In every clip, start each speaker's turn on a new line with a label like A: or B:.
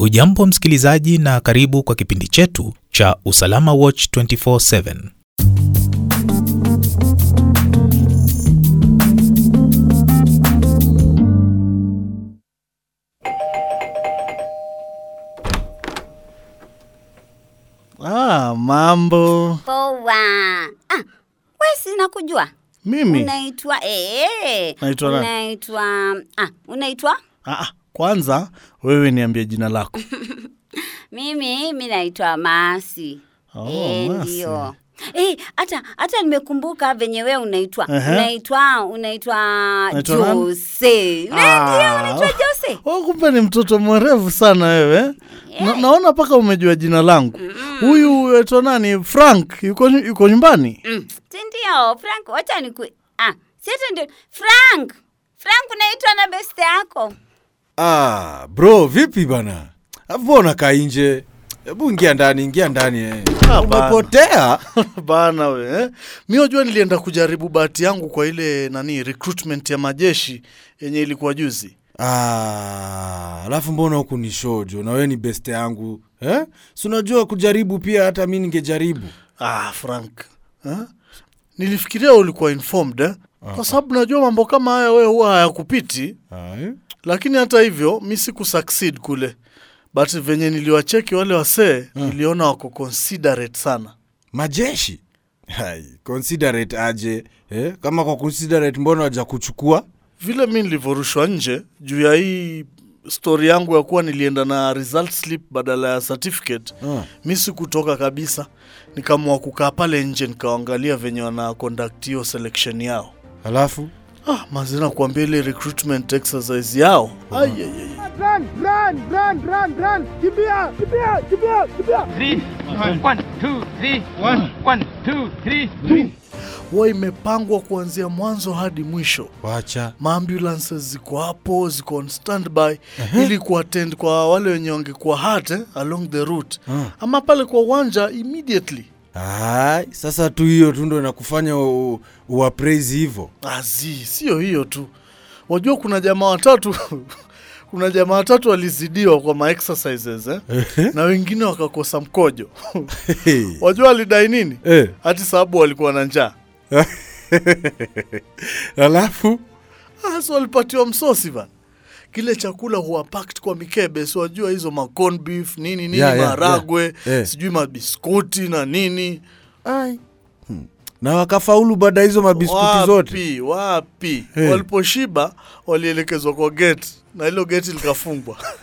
A: Hujambo msikilizaji, na karibu kwa kipindi chetu cha Usalama Watch 24/7.
B: Ah, mambo.
C: Poa. Ah, we sina kujua.
B: Mimi
C: Unaitwa eh.
B: Naitwa nani?
C: Unaitwa ah, unaitwa?
B: ah, ah, kwanza wewe niambie jina lako.
C: Mimi mimi naitwa Masi.
B: Oh,
C: Eh,
B: Masi.
C: ndio. Eh, hata hata nimekumbuka venye wewe unaitwa.
B: Ehe.
C: Unaitwa unaitwa
B: Naitwa nani?
C: Jose. Wewe ndio
B: Ah.
C: unaitwa Jose.
B: Oh, kumbe ni mtoto mwerevu sana wewe.
C: Eh.
B: Na, naona mpaka umejua jina langu. Huyu wetu nani? Frank yuko yuko nyumbani?
C: Mm. si Ndio, Frank, wacha niku ah, sasa ndio Frank. Frank unaitwa na best yako.
D: Ah, bro vipi bana? Mbona kaa nje? Hebu ingia ndani, ingia ndani. eh.
B: Ah, bana.
D: Umepotea?
B: Bana we. eh? Mi wajua nilienda kujaribu bahati yangu kwa ile nani recruitment ya majeshi yenye ilikuwa juzi.
D: Ah, alafu mbona huku ni shojo na wewe ni best yangu eh? Si unajua kujaribu pia, hata mi ningejaribu.
B: Ah, Frank. Eh? Nilifikiria ulikuwa informed eh? Kwa sababu najua mambo kama haya wewe huwa hayakupiti.
D: Ah, eh?
B: lakini hata hivyo mi siku succeed kule but venye niliwacheki wale wasee niliona wako considerate sana
D: Majeshi Hai, considerate aje eh? Kama kwa considerate, mbona waja kuchukua
B: vile mi nilivyorushwa nje juu ya hii stori yangu ya kuwa nilienda na result slip badala ya certificate
D: Ah.
B: mi sikutoka kabisa nikaamua kukaa pale nje nikaangalia venye wana conduct hiyo selection yao
D: alafu
B: ah, mazina kuambia ile recruitment exercise yao ai, ai, ai.
E: three, one, two, three, one, one, two, three.
B: huwa imepangwa kuanzia mwanzo hadi mwisho
D: wacha
B: maambulances ziko hapo ziko on standby ili kuattend kwa wale wenye wangekuwa hurt eh, along the route ama pale kwa uwanja immediately
D: Hai, sasa tu hiyo tu ndo inakufanya u- uapraise hivyo
B: azi sio hiyo tu wajua kuna jamaa watatu kuna jamaa watatu walizidiwa kwa maexercises eh? na wengine wakakosa mkojo wajua alidai nini
D: Eh.
B: hati sababu walikuwa na njaa
D: alafu
B: Ah, so walipatiwa msosi bana kile chakula huwa packed kwa mikebe si wajua hizo ma corn beef nini nini
D: Yeah, yeah,
B: maharagwe
D: yeah, yeah.
B: sijui mabiskuti na nini
D: Ai. Hmm. na wakafaulu baada ya hizo mabiskuti
B: wapi
D: zote
B: wapi waliposhiba walielekezwa kwa geti na hilo geti likafungwa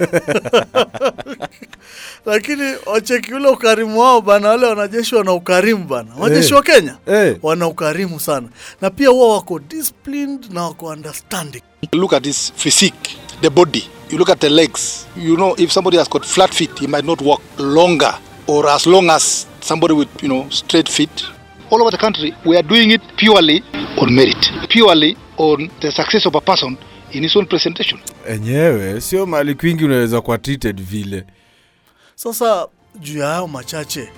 B: lakini wacheki ule ukarimu wao bana wale wanajeshi wana ukarimu bana wanajeshi
D: Eh.
B: wa kenya
D: Eh.
B: wana ukarimu sana na pia wao wako disciplined na wako understanding
F: look at his physique, the body. You look at the legs. You know, if somebody has got flat feet, he might not walk longer or as long as somebody with, you know, straight feet. All over the country, we are doing it purely on merit, purely on the success of a person in his own presentation.
D: enyewe sio mali kwingi unaweza kuwa treated vile
B: Sasa juu ya hayo machache,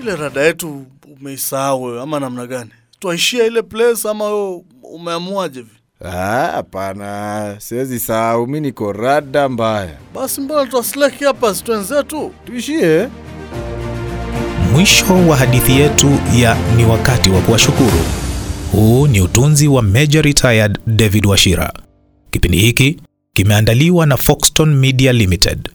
B: ile rada yetu umeisahau wewe ama namna gani? Twaishia ile place ama wewe umeamuaje? vi?
D: Ah, hapana siwezi sahau mi niko rada mbaya
B: Basi mbona twasleki hapa, si tuenzetu tu
D: tuishie
A: Mwisho wa hadithi yetu ya ni wakati wa kuwashukuru. Huu ni utunzi wa Major Retired David Washira. Kipindi hiki kimeandaliwa na Foxton Media Limited